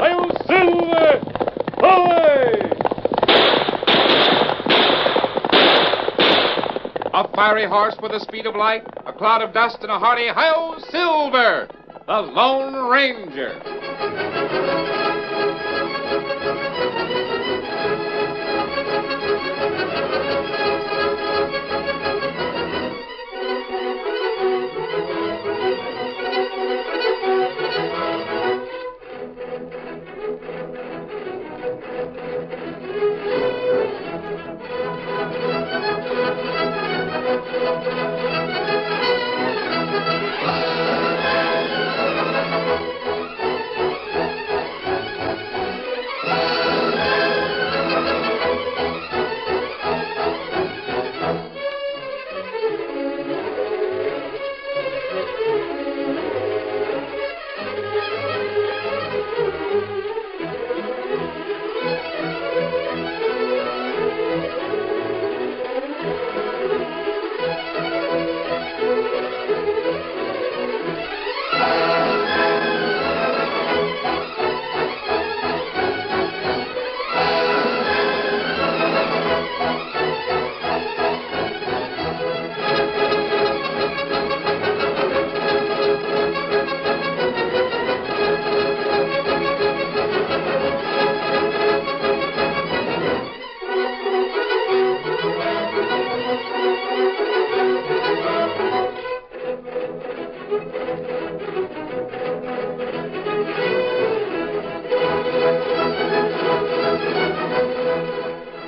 I'm Silver! Away! A fiery horse with the speed of light, a cloud of dust, and a hearty hi Silver, the Lone Ranger.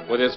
With his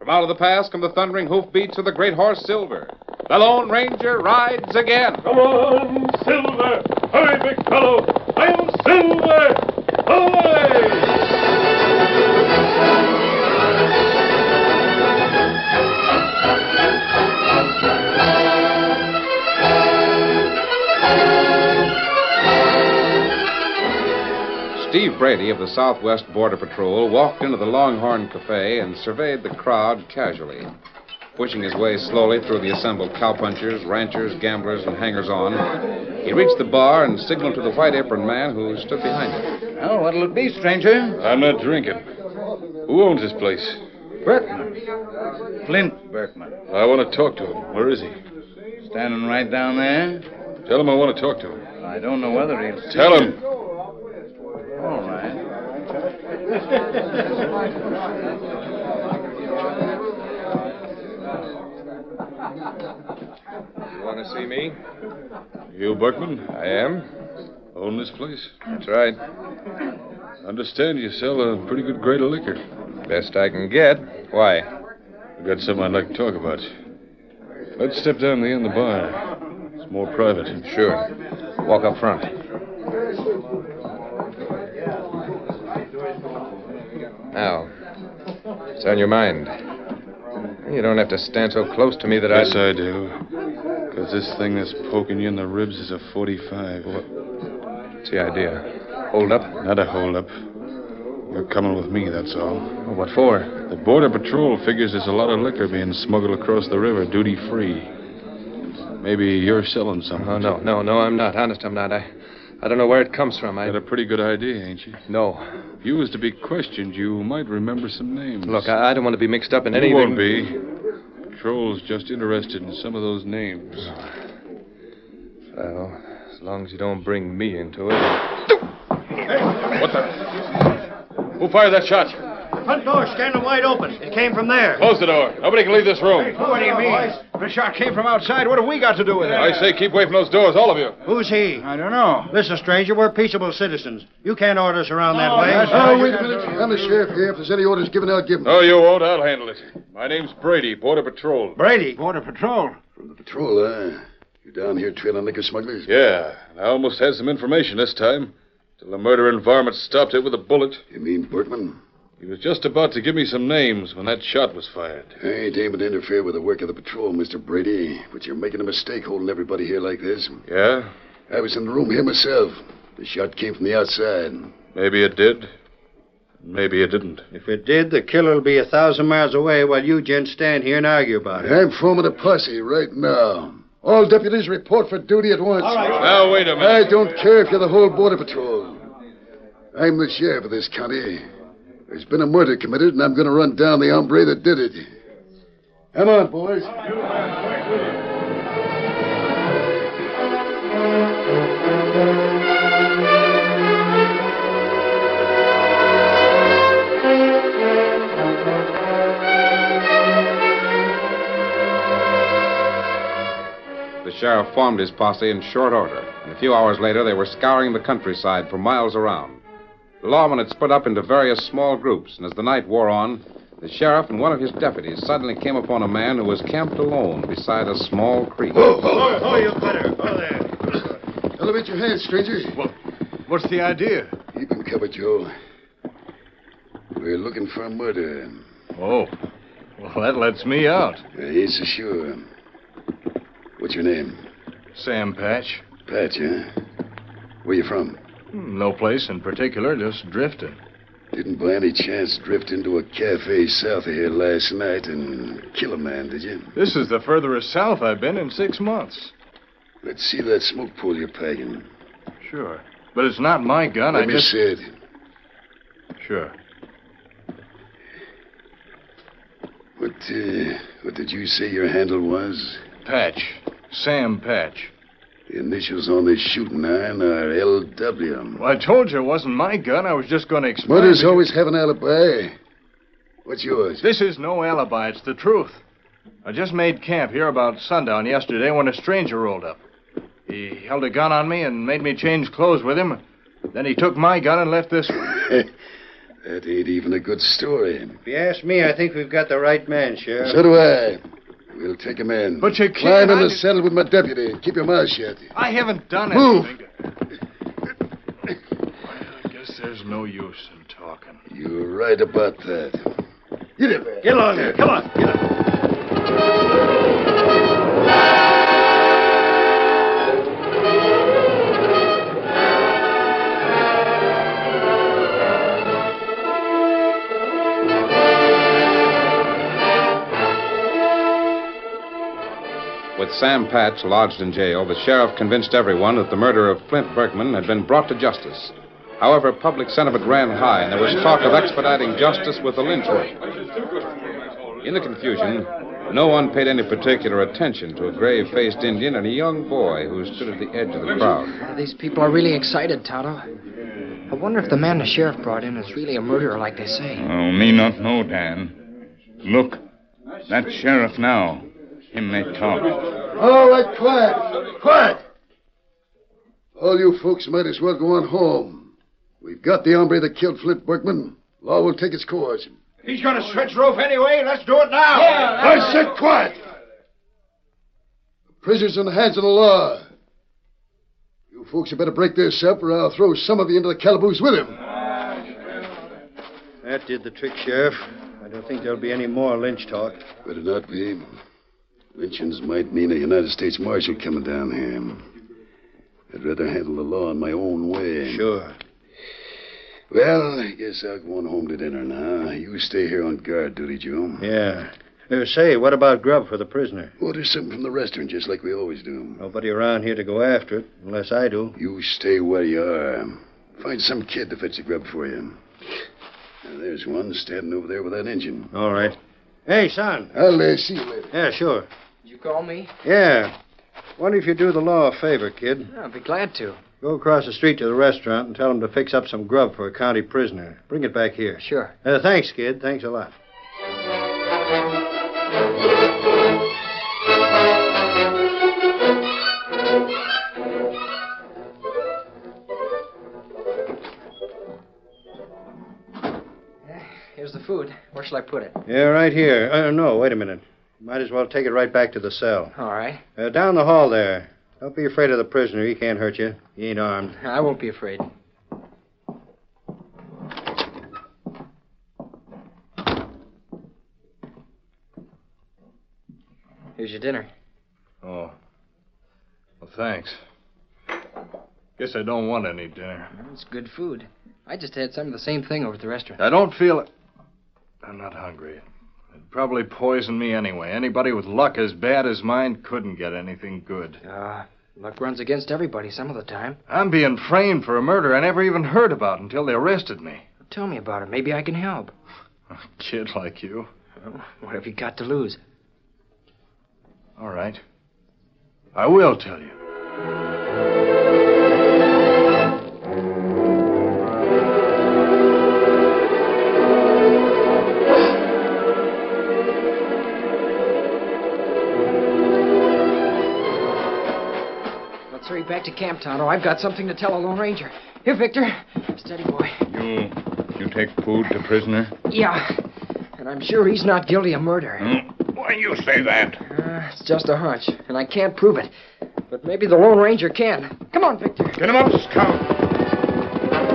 From out of the past come the thundering hoofbeats of the great horse Silver. The Lone Ranger rides again. Come on, Silver! Hurry, big fellow! I'm Silver! Away! Steve Brady of the Southwest Border Patrol walked into the Longhorn Cafe and surveyed the crowd casually. Pushing his way slowly through the assembled cowpunchers, ranchers, gamblers, and hangers on, he reached the bar and signaled to the white apron man who stood behind him. Well, Oh, what'll it be, stranger? I'm not drinking. Who owns this place? Berkman. Flint Berkman. I want to talk to him. Where is he? Standing right down there. Tell him I want to talk to him. I don't know whether he'll. see Tell you. him. All right. You want to see me? You, Berkman? I am. Own this place? That's right. Understand you sell a pretty good grade of liquor. Best I can get. Why? I got something I'd like to talk about. Let's step down to the end of the bar. It's more private. Sure. Walk up front. Now, what's on your mind? You don't have to stand so close to me that Yes, I. I do. Because this thing that's poking you in the ribs is a 45. What's the idea? Hold up? Not a holdup. You're coming with me, that's all. Well, what for? The Border Patrol figures there's a lot of liquor being smuggled across the river duty free. Maybe you're selling something. Oh, no, no, no, I'm not. Honest, I'm not. I, I don't know where it comes from. Got I. a pretty good idea, ain't you? No. If you was to be questioned, you might remember some names. Look, I, I don't want to be mixed up in You anything. won't be. Patrol's just interested in some of those names. Well, as long as you don't bring me into it. Who fired that shot? Front door standing wide open. It came from there. Close the door. Nobody can leave this room. What do you mean? The shot came from outside. What have we got to do with it? I say keep away from those doors, all of you. Who's he? I don't know. Listen, stranger, we're peaceable citizens. You can't order us around that way. Oh, wait a minute. I'm the sheriff here. If there's any orders given, I'll give them. No, you won't. I'll handle it. My name's Brady, Border Patrol. Brady. Border Patrol. From the patrol, huh? You down here trailing liquor smugglers? Yeah, and I almost had some information this time. Till the murdering varmint stopped it with a bullet. You mean Bertman? He was just about to give me some names when that shot was fired. I ain't aiming to interfere with the work of the patrol, Mr. Brady, but you're making a mistake holding everybody here like this. Yeah? I was in the room here myself. The shot came from the outside. Maybe it did. Maybe it didn't. If it did, the killer will be a thousand miles away while you gents stand here and argue about it. I'm forming a posse right now. All deputies report for duty at once. Now, wait a minute. I don't care if you're the whole Border Patrol. I'm the sheriff of this county. There's been a murder committed, and I'm going to run down the hombre that did it. Come on, boys. The sheriff formed his posse in short order, and a few hours later they were scouring the countryside for miles around. The lawmen had split up into various small groups, and as the night wore on, the sheriff and one of his deputies suddenly came upon a man who was camped alone beside a small creek. Whoa, whoa. Oh, you better. Oh, there. Elevate your hands, stranger. What's the idea? Keep him covered, Joe. We're looking for a murder. Oh. Well, that lets me out. Uh, he's for sure. What's your name? Sam Patch. Hmm, Patch, huh? Where you from? No place in particular, just drifting. Didn't by any chance drift into a cafe south of here last night and kill a man, did you? This is the furthest south I've been in six months. Let's see that smoke pole you're packing. Sure. But it's not my gun. Let I me just. see it. Sure. What, uh, what did you say your handle was? Patch. Sam Patch. The initials on this shooting iron are LW. Well, I told you it wasn't my gun. I was just going to explain. Murders to you. always have an alibi. What's yours? This is no alibi. It's the truth. I just made camp here about sundown yesterday when a stranger rolled up. He held a gun on me and made me change clothes with him. Then he took my gun and left this one. That ain't even a good story. If you ask me, I think we've got the right man, Sheriff. So do I. We'll take him in. But you can't- Climb in I the did- saddle with my deputy. and Keep your mouth shut. I haven't done Move. anything. Well, I guess there's no use in talking. You're right about that. Get in there. Get along there. Come on. Get up. With Sam Patch lodged in jail, the sheriff convinced everyone that the murder of Flint Berkman had been brought to justice. However, public sentiment ran high, and there was talk of expediting justice with the lynch order. In the confusion, no one paid any particular attention to a grave faced Indian and a young boy who stood at the edge of the crowd. These people are really excited, Toto. I wonder if the man the sheriff brought in is really a murderer, like they say. Oh, me not know, Dan. Look, that sheriff now. Him they talk. All right, quiet. Quiet. All you folks might as well go on home. We've got the hombre that killed Flint Berkman. Law will take its course. He's going to stretch rope anyway. Let's do it now. I said quiet. Prisoners in the hands of the law. You folks had better break this up, or I'll throw some of you into the calaboose with him. That did the trick, Sheriff. I don't think there'll be any more lynch talk. Better not be. Lynchings might mean a United States Marshal coming down here. I'd rather handle the law in my own way. Sure. Well, I guess I'll go on home to dinner now. You stay here on guard duty, Joe. Yeah. Uh, say, what about grub for the prisoner? Order something from the restaurant, just like we always do. Nobody around here to go after it, unless I do. You stay where you are. Find some kid to fetch the grub for you. Now, there's one standing over there with that engine. All right. Hey, son. I'll uh, see you later. Yeah, sure. You call me? Yeah. Wonder if you do the law a favor, kid. I'll be glad to. Go across the street to the restaurant and tell them to fix up some grub for a county prisoner. Bring it back here. Sure. Uh, thanks, kid. Thanks a lot. Here's the food. Where shall I put it? Yeah, right here. Uh, no, wait a minute. Might as well take it right back to the cell. All right. Uh, down the hall there. Don't be afraid of the prisoner. He can't hurt you. He ain't armed. I won't be afraid. Here's your dinner. Oh. Well, thanks. Guess I don't want any dinner. It's good food. I just had some of the same thing over at the restaurant. I don't feel it. I'm not hungry. It'd probably poison me anyway. Anybody with luck as bad as mine couldn't get anything good. Uh, luck runs against everybody some of the time. I'm being framed for a murder I never even heard about until they arrested me. Tell me about it. Maybe I can help. A kid like you. Well, what have you got to lose? All right. I will tell you. Let's hurry back to camp, Tonto. I've got something to tell a Lone Ranger. Here, Victor. Steady, boy. You, you take food to prisoner? Yeah. And I'm sure he's not guilty of murder. Why you say that? Uh, it's just a hunch, and I can't prove it. But maybe the Lone Ranger can. Come on, Victor. Get him up, scout.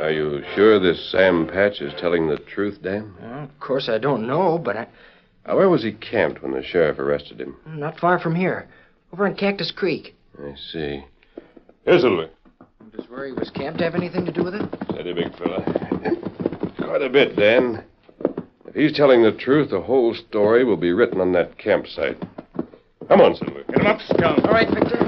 Are you sure this Sam Patch is telling the truth, Dan? Well, of course, I don't know, but I, Uh, where was he camped when the sheriff arrested him? not far from here, over in Cactus Creek. I see. Easily, Does where he was camped have anything to do with it? Steady, big fella. Quite a bit, Dan. If he's telling the truth, the whole story will be written on that campsite. Come on, Silver. Get him up, scout. All right, Victor.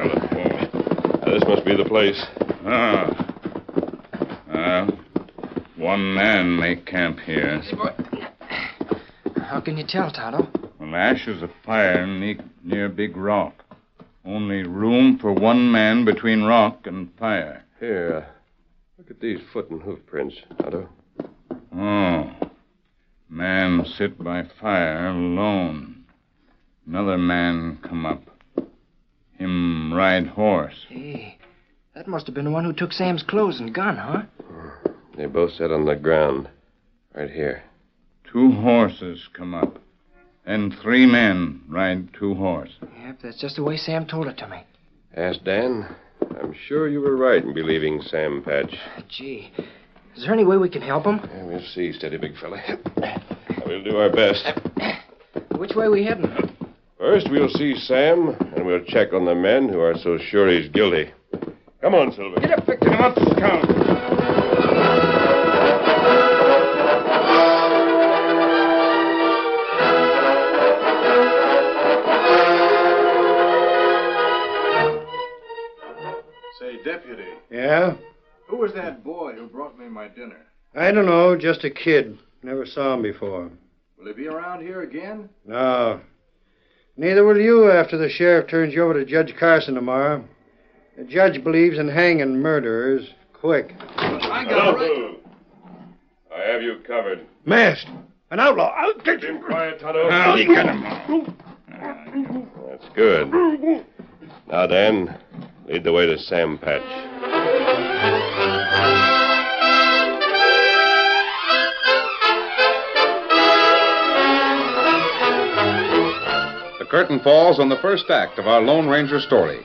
Uh, this must be the place. Ah. Well, one man may camp here. How can you tell, Tonto? Well, ashes of fire ne- near Big Rock. Only room for one man between rock and fire. Here, uh, look at these foot and hoof prints, Otto. Oh. Man sit by fire alone. Another man come up. Him ride horse. Hey, that must have been the one who took Sam's clothes and gun, huh? They both sat on the ground, right here. Two horses come up. And three men ride two horse. Yep, that's just the way Sam told it to me. Ask Dan. I'm sure you were right in believing Sam Patch. Gee, is there any way we can help him? Yeah, we'll see, steady, big fella. We'll do our best. Which way we heading? First, we'll see Sam, and we'll check on the men who are so sure he's guilty. Come on, Silver. Get up, Victor. Get him up, scout. Say, deputy, Yeah? who was that boy who brought me my dinner? I don't know. Just a kid. Never saw him before. Will he be around here again? No. Neither will you after the sheriff turns you over to Judge Carson tomorrow. The judge believes in hanging murderers quick. I I have you covered. Masked! An outlaw! I'll get Keep quiet, Tonto. Well, you got 'em all. That's good. Now, Dan, lead the way to Sam Patch. The curtain falls on the first act of our Lone Ranger story.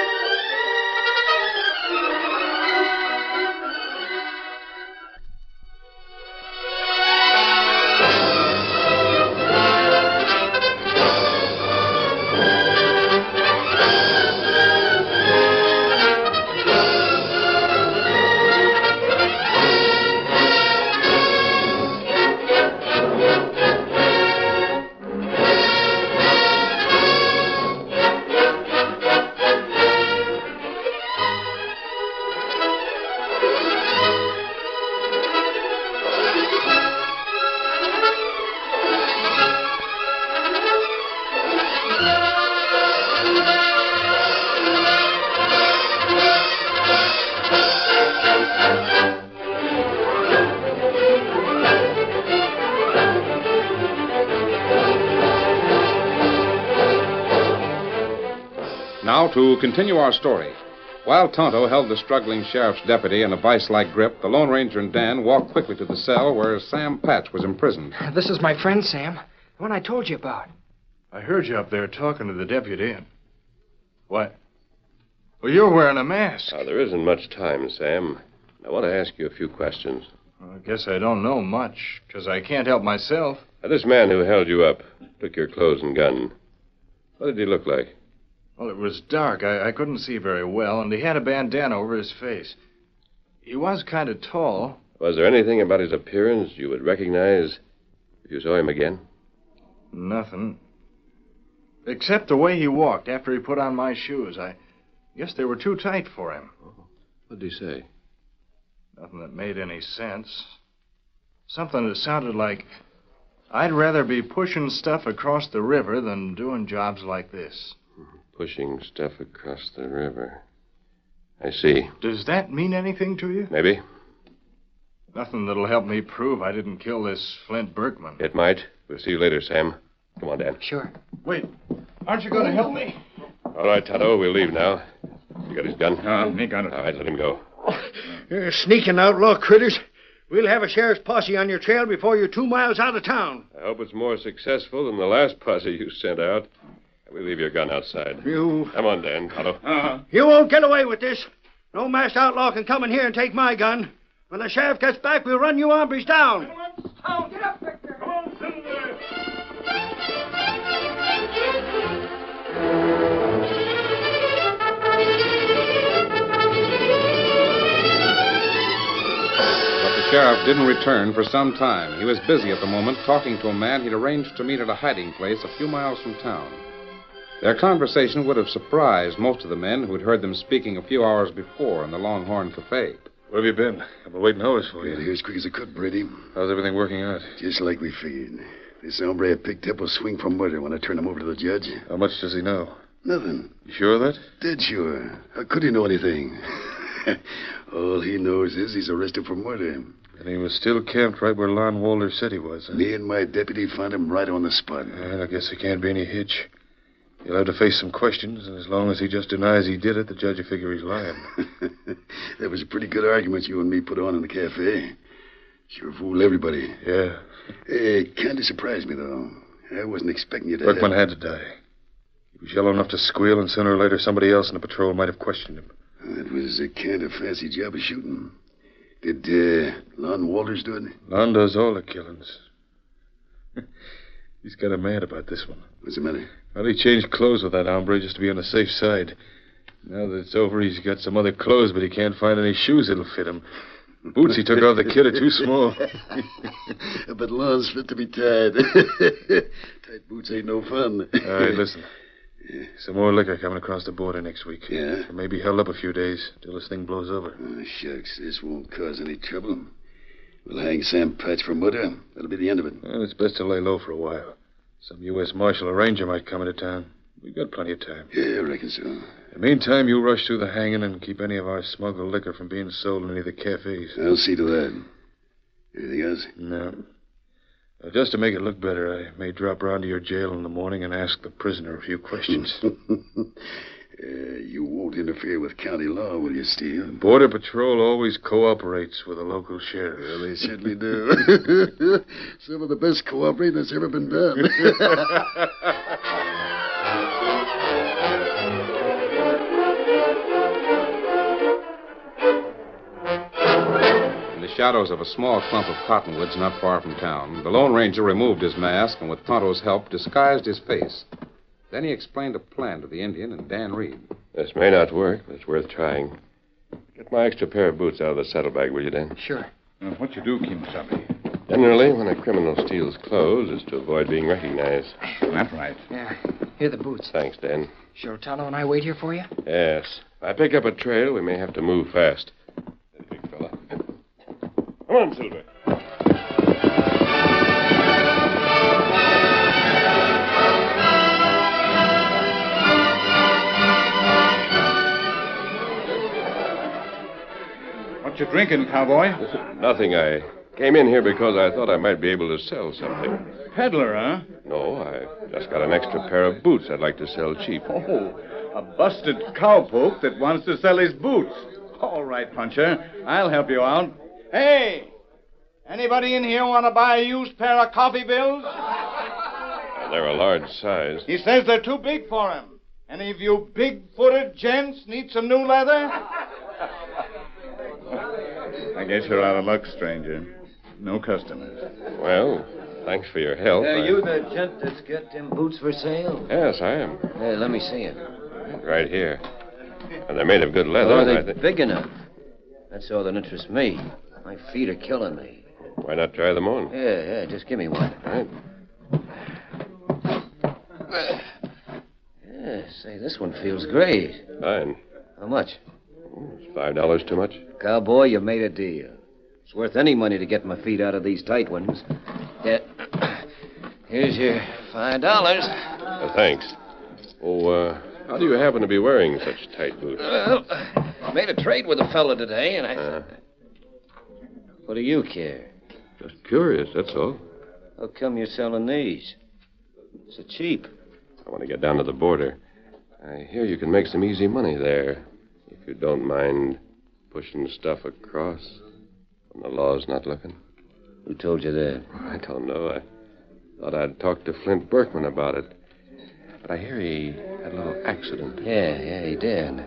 To continue our story, while Tonto held the struggling sheriff's deputy in a vice like grip, the Lone Ranger and Dan walked quickly to the cell where Sam Patch was imprisoned. This is my friend, Sam. The one I told you about. I heard you up there talking to the deputy, and. What? Well, you're wearing a mask. Now, there isn't much time, Sam. I want to ask you a few questions. I guess I don't know much, because I can't help myself. Now, this man who held you up, took your clothes and gun, what did he look like? Well, it was dark. I, I couldn't see very well, and he had a bandana over his face. He was kind of tall. Was there anything about his appearance you would recognize if you saw him again? Nothing. Except the way he walked after he put on my shoes. I guess they were too tight for him. What did Uh-huh. he say? Nothing that made any sense. Something that sounded like I'd rather be pushing stuff across the river than doing jobs like this. Pushing stuff across the river. I see. Does that mean anything to you? Maybe. Nothing that'll help me prove I didn't kill this Flint Berkman. It might. We'll see you later, Sam. Come on, Dan. Sure. Wait, aren't you going to help me? All right, Tonto, we'll leave now. You got his gun? Uh, he got it. All right, let him go. You're uh, sneaking outlaw critters. We'll have a sheriff's posse on your trail before you're two miles out of town. I hope it's more successful than the last posse you sent out. We leave your gun outside. You. Come on, Dan. Tonto. Uh-huh. You won't get away with this. No masked outlaw can come in here and take my gun. When the sheriff gets back, we'll run you hombres down. But the sheriff didn't return for some time. He was busy at the moment talking to a man he'd arranged to meet at a hiding place a few miles from town. Their conversation would have surprised most of the men who'd heard them speaking a few hours before in the Longhorn Cafe. Where have you been? I've been waiting hours for Get you. here as quick as I could, Brady. How's everything working out? Just like we figured. This hombre I picked up will swing for murder when I turn him over to the judge. How much does he know? Nothing. You sure of that? Dead sure. How could he know anything? All he knows is he's arrested for murder. And he was still camped right where Lon Walder said he was. huh? Me and my deputy found him right on the spot. Well, I guess there can't be any hitch. He'll have to face some questions, and as long as he just denies he did it, the judge will figure he's lying. that was a pretty good argument you and me put on in the cafe. Sure fooled everybody. Yeah. It kind of surprised me, though. I wasn't expecting you to. Berkman had to die. He was yellow enough to squeal, and sooner or later somebody else in the patrol might have questioned him. It was a kind of fancy job of shooting. Did uh, Lon Walters do it? Lon does all the killings. he's kind of mad about this one. What's the matter? Well, he changed clothes with that hombre just to be on the safe side. Now that it's over, he's got some other clothes, but he can't find any shoes that'll fit him. Boots he took off the kid are too small. but Lon's fit to be tied. Tight boots ain't no fun. All right, listen. Some more liquor coming across the border next week. Yeah? It may be held up a few days till this thing blows over. Oh, shucks, this won't cause any trouble. We'll hang Sam Patch for murder. That'll be the end of it. Well, it's best to lay low for a while. Some U.S. Marshal or Ranger might come into town. We've got plenty of time. Yeah, I reckon so. In the meantime, you rush through the hanging and keep any of our smuggled liquor from being sold in any of the cafes. I'll see to that. Anything else? No. Uh, just to make it look better, I may drop round to your jail in the morning and ask the prisoner a few questions. Uh, you won't interfere with county law, will you, Steve? Border Patrol always cooperates with the local sheriff. Well, they certainly do. Some of the best cooperating that's ever been done. In the shadows of a small clump of cottonwoods not far from town, the Lone Ranger removed his mask and, with Tonto's help, disguised his face. Then he explained a plan to the Indian and Dan Reed. This may not work, but it's worth trying. Get my extra pair of boots out of the saddlebag, will you, Dan? Sure. Now, what you do, Kimasabi? Generally, when a criminal steals clothes, is to avoid being recognized. That's right. Yeah. Here are the boots. Thanks, Dan. Sure, Tonto and I wait here for you? Yes. If I pick up a trail, we may have to move fast. Hey, Big fella. Come on, Silver. What you drinking, cowboy? Nothing. I came in here because I thought I might be able to sell something. Peddler, huh? No, I just got an extra pair of boots I'd like to sell cheap. Oh, A busted cowpoke that wants to sell his boots. All right, Puncher. I'll help you out. Hey! Anybody in here want to buy a used pair of coffee bills? They're a large size. He says they're too big for him. Any of you big footed gents need some new leather? I guess you're out of luck, stranger. No customers. Well, thanks for your help. I- the gent that's got them boots for sale? Yes, I am. Hey, let me see it. Right here. And they're made of good leather. Are and I they thi- big enough? That's all that interests me. My feet are killing me. Why not try them on? Yeah, yeah, just give me one. All right. Yeah, say, this one feels great. Fine. How much? Five dollars too much? Cowboy, you made a deal. It's worth any money to get my feet out of these tight ones. Yeah. Here's your five dollars. Uh, thanks. Oh, uh, how do you happen to be wearing such tight boots? Well, I Uh, made a trade with a fella today, and I. What do you care? Just curious, that's all. How come you're selling these? So cheap. I want to get down to the border. I hear you can make some easy money there, if you don't mind pushing stuff across when the law's not looking. Who told you that? I don't know. I thought I'd talk to Flint Berkman about it. But I hear he had a little accident. Yeah, yeah, he did.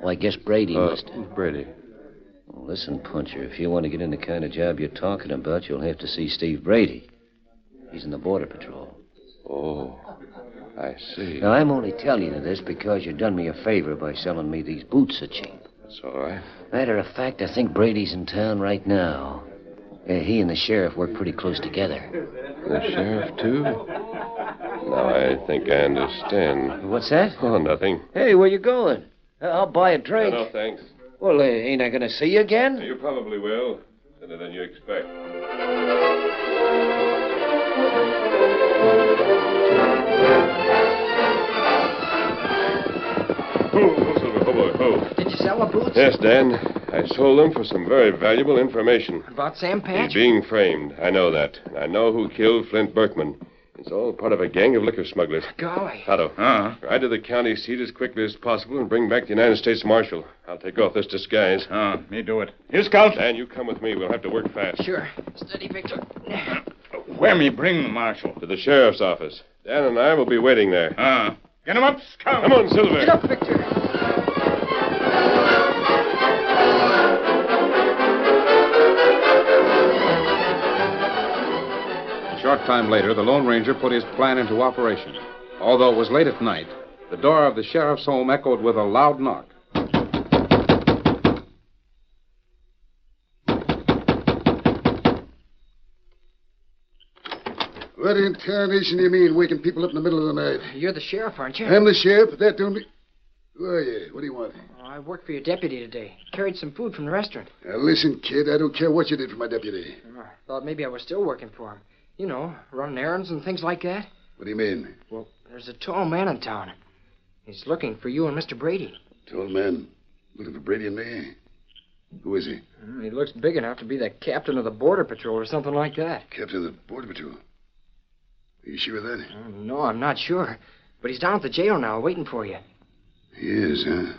Well, I guess Brady Uh, must. who's Brady? Well, listen, Puncher, if you want to get in the kind of job you're talking about, you'll have to see Steve Brady. He's in the Border Patrol. Oh, I see. Now, I'm only telling you this because you done me a favor by selling me these boots so cheap. That's all right. Matter of fact, I think Brady's in town right now. Yeah, he and the sheriff work pretty close together. The sheriff, too? Now I think I understand. What's that? Oh, nothing. Hey, where you going? I- I'll buy a drink. No, no, thanks. Well, uh, ain't I going to see you again? You probably will, sooner than you expect. Ho, ho, Silver, ho, boy, ho. Did you sell the boots? Yes, Dan. I sold them for some very valuable information. About Sam Patch? He's being framed. I know that. And I know who killed Flint Berkman. It's all part of a gang of liquor smugglers. Golly. Toto, Uh-huh. ride to the county seat as quickly as possible and bring back the United States Marshal. I'll take off this disguise. Ah, me do it. Here, Scout. Dan, you come with me. We'll have to work fast. Sure. Steady, Victor. Where me bring the marshal? To the sheriff's office. Dan and I will be waiting there. Ah. Get him up, Scout. Come on, Silver. Get up, Victor. A short time later, the Lone Ranger put his plan into operation. Although it was late at night, the door of the sheriff's home echoed with a loud knock. What in tarnation do you mean waking people up in the middle of the night? You're the sheriff, aren't you? I'm the sheriff, but that don't mean. Who are you? What do you want? Oh, I worked for your deputy today. Carried some food from the restaurant. Oh, Now, listen, kid, I don't care what you did for my deputy. I thought maybe I was still working for him. You know, running errands and things like that. What do you mean? There's a tall man in town. He's looking for you and Mr. Brady. Two old men looking for Brady and me. Who is he? Mm, He looks big enough to be the captain of the border patrol or something like that. Captain of the Border Patrol. Are you sure of that? Mm, No, I'm not sure. But he's down at the jail now waiting for you. He is, huh?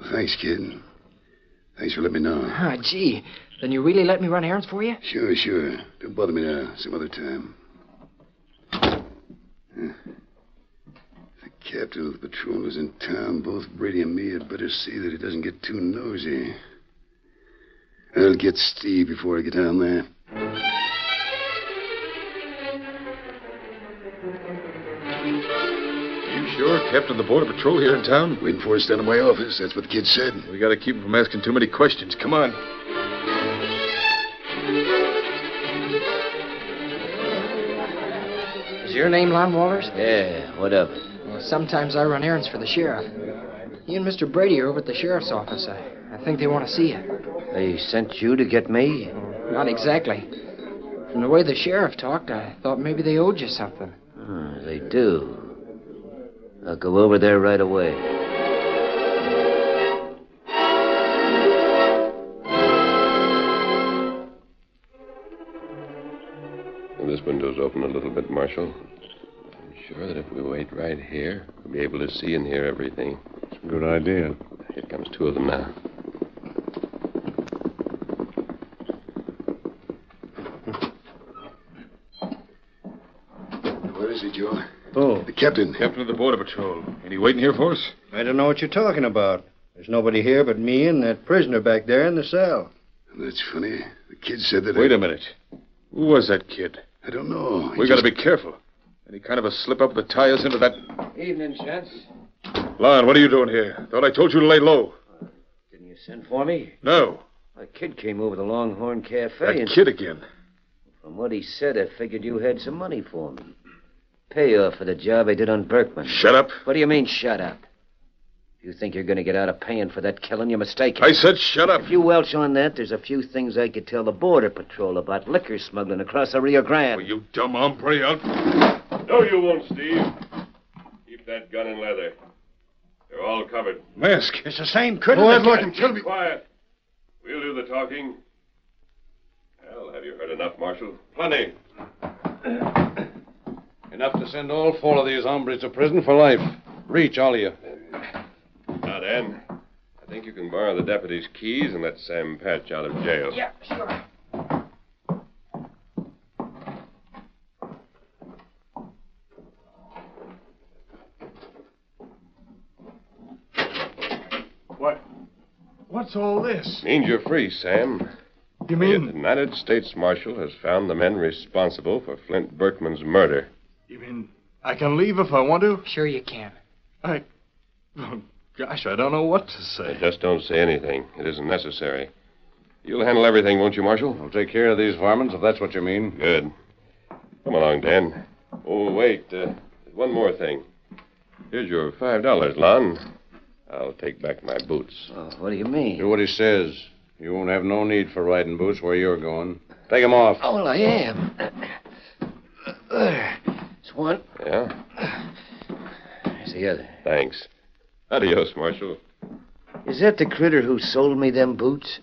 Well, thanks, kid. Thanks for letting me know. Ah, gee. Then you really let me run errands for you? Sure, sure. Don't bother me now. Some other time. Huh. The captain of the patrol is in town. Both Brady and me had better see that he doesn't get too nosy. I'll get Steve before I get down there. You sure captain the border patrol here in town? Waiting for us down at my office. That's what the kid said. We got to keep him from asking too many questions. Come on. Is your name Lon Walters? Yeah, what of it? Well, sometimes I run errands for the sheriff. You and Mr. Brady are over at the sheriff's office. I, I think they want to see you. They sent you to get me? Not exactly. From the way the sheriff talked, I thought maybe they owed you something. Hmm, they do. I'll go over there right away. This window's open a little bit, Marshal. sure that if we wait right here, we'll be able to see and hear everything. It's a good idea. Here comes two of them now. Where is he, Joe? Oh. The captain. Captain of the Border Patrol. Ain't he waiting here for us? I don't know what you're talking about. There's nobody here but me and that prisoner back there in the cell. That's funny. The kid said that. Wait a minute. Who was that kid? I don't know. We gotta be careful. Any kind of a slip up that ties into that. Evening, Chance. Lon, what are you doing here? Thought I told you to lay low. Didn't you send for me? No. A kid came over to Longhorn Cafe That and. kid again. From what he said, I figured you had some money for me. Payoff for the job I did on Berkman. Shut up. What do you mean, shut up? If you think you're going to get out of paying for that killing, you're mistaken. I said shut up. If you welch on that, there's a few things I could tell the Border Patrol about liquor smuggling across the Rio Grande. Oh, you dumb hombre. I'll... No, you won't, Steve. Keep that gun in leather. They're all covered. Mask. It's the same Go criminal. ahead, kill me. Quiet. We'll do the talking. Well, have you heard enough, Marshal? Plenty. Enough to send all four of these hombres to prison for life. Reach, all of you. Now, Dan, I think you can borrow the deputy's keys and let Sam Patch out of jail. Yeah, sure. What's all this? Means you're free, Sam. You mean. The United States Marshal has found the men responsible for Flint Berkman's murder. You mean I can leave if I want to? Sure you can. I. Oh, gosh, I don't know what to say. Just don't say anything. It isn't necessary. You'll handle everything, won't you, Marshal? I'll take care of these varmints, if that's what you mean. Good. Come along, Dan. Oh, wait. Uh, one more thing. Here's your five dollars, Lon. I'll take back my boots. Uh, what do you mean? Do what he says. You won't have no need for riding boots where you're going. Take 'em off. Oh, well, I am. There. It's one. Yeah? There's the other. Thanks. Adios, Marshal. Is that the critter who sold me them boots?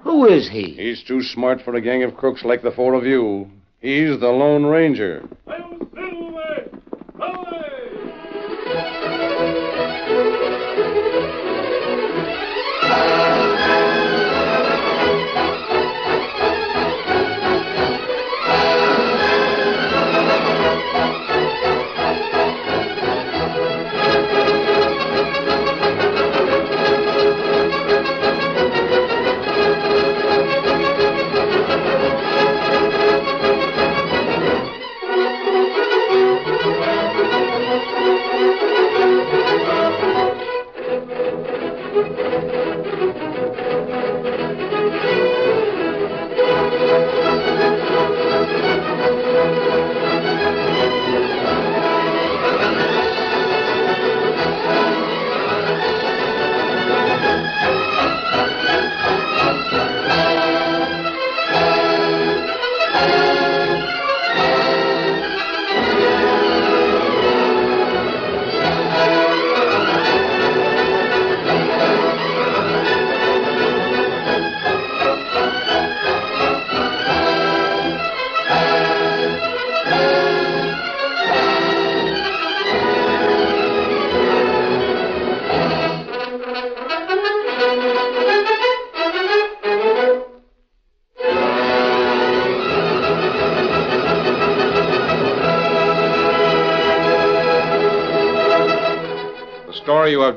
Who is he? He's too smart for a gang of crooks like the four of you. He's the Lone Ranger. The story you have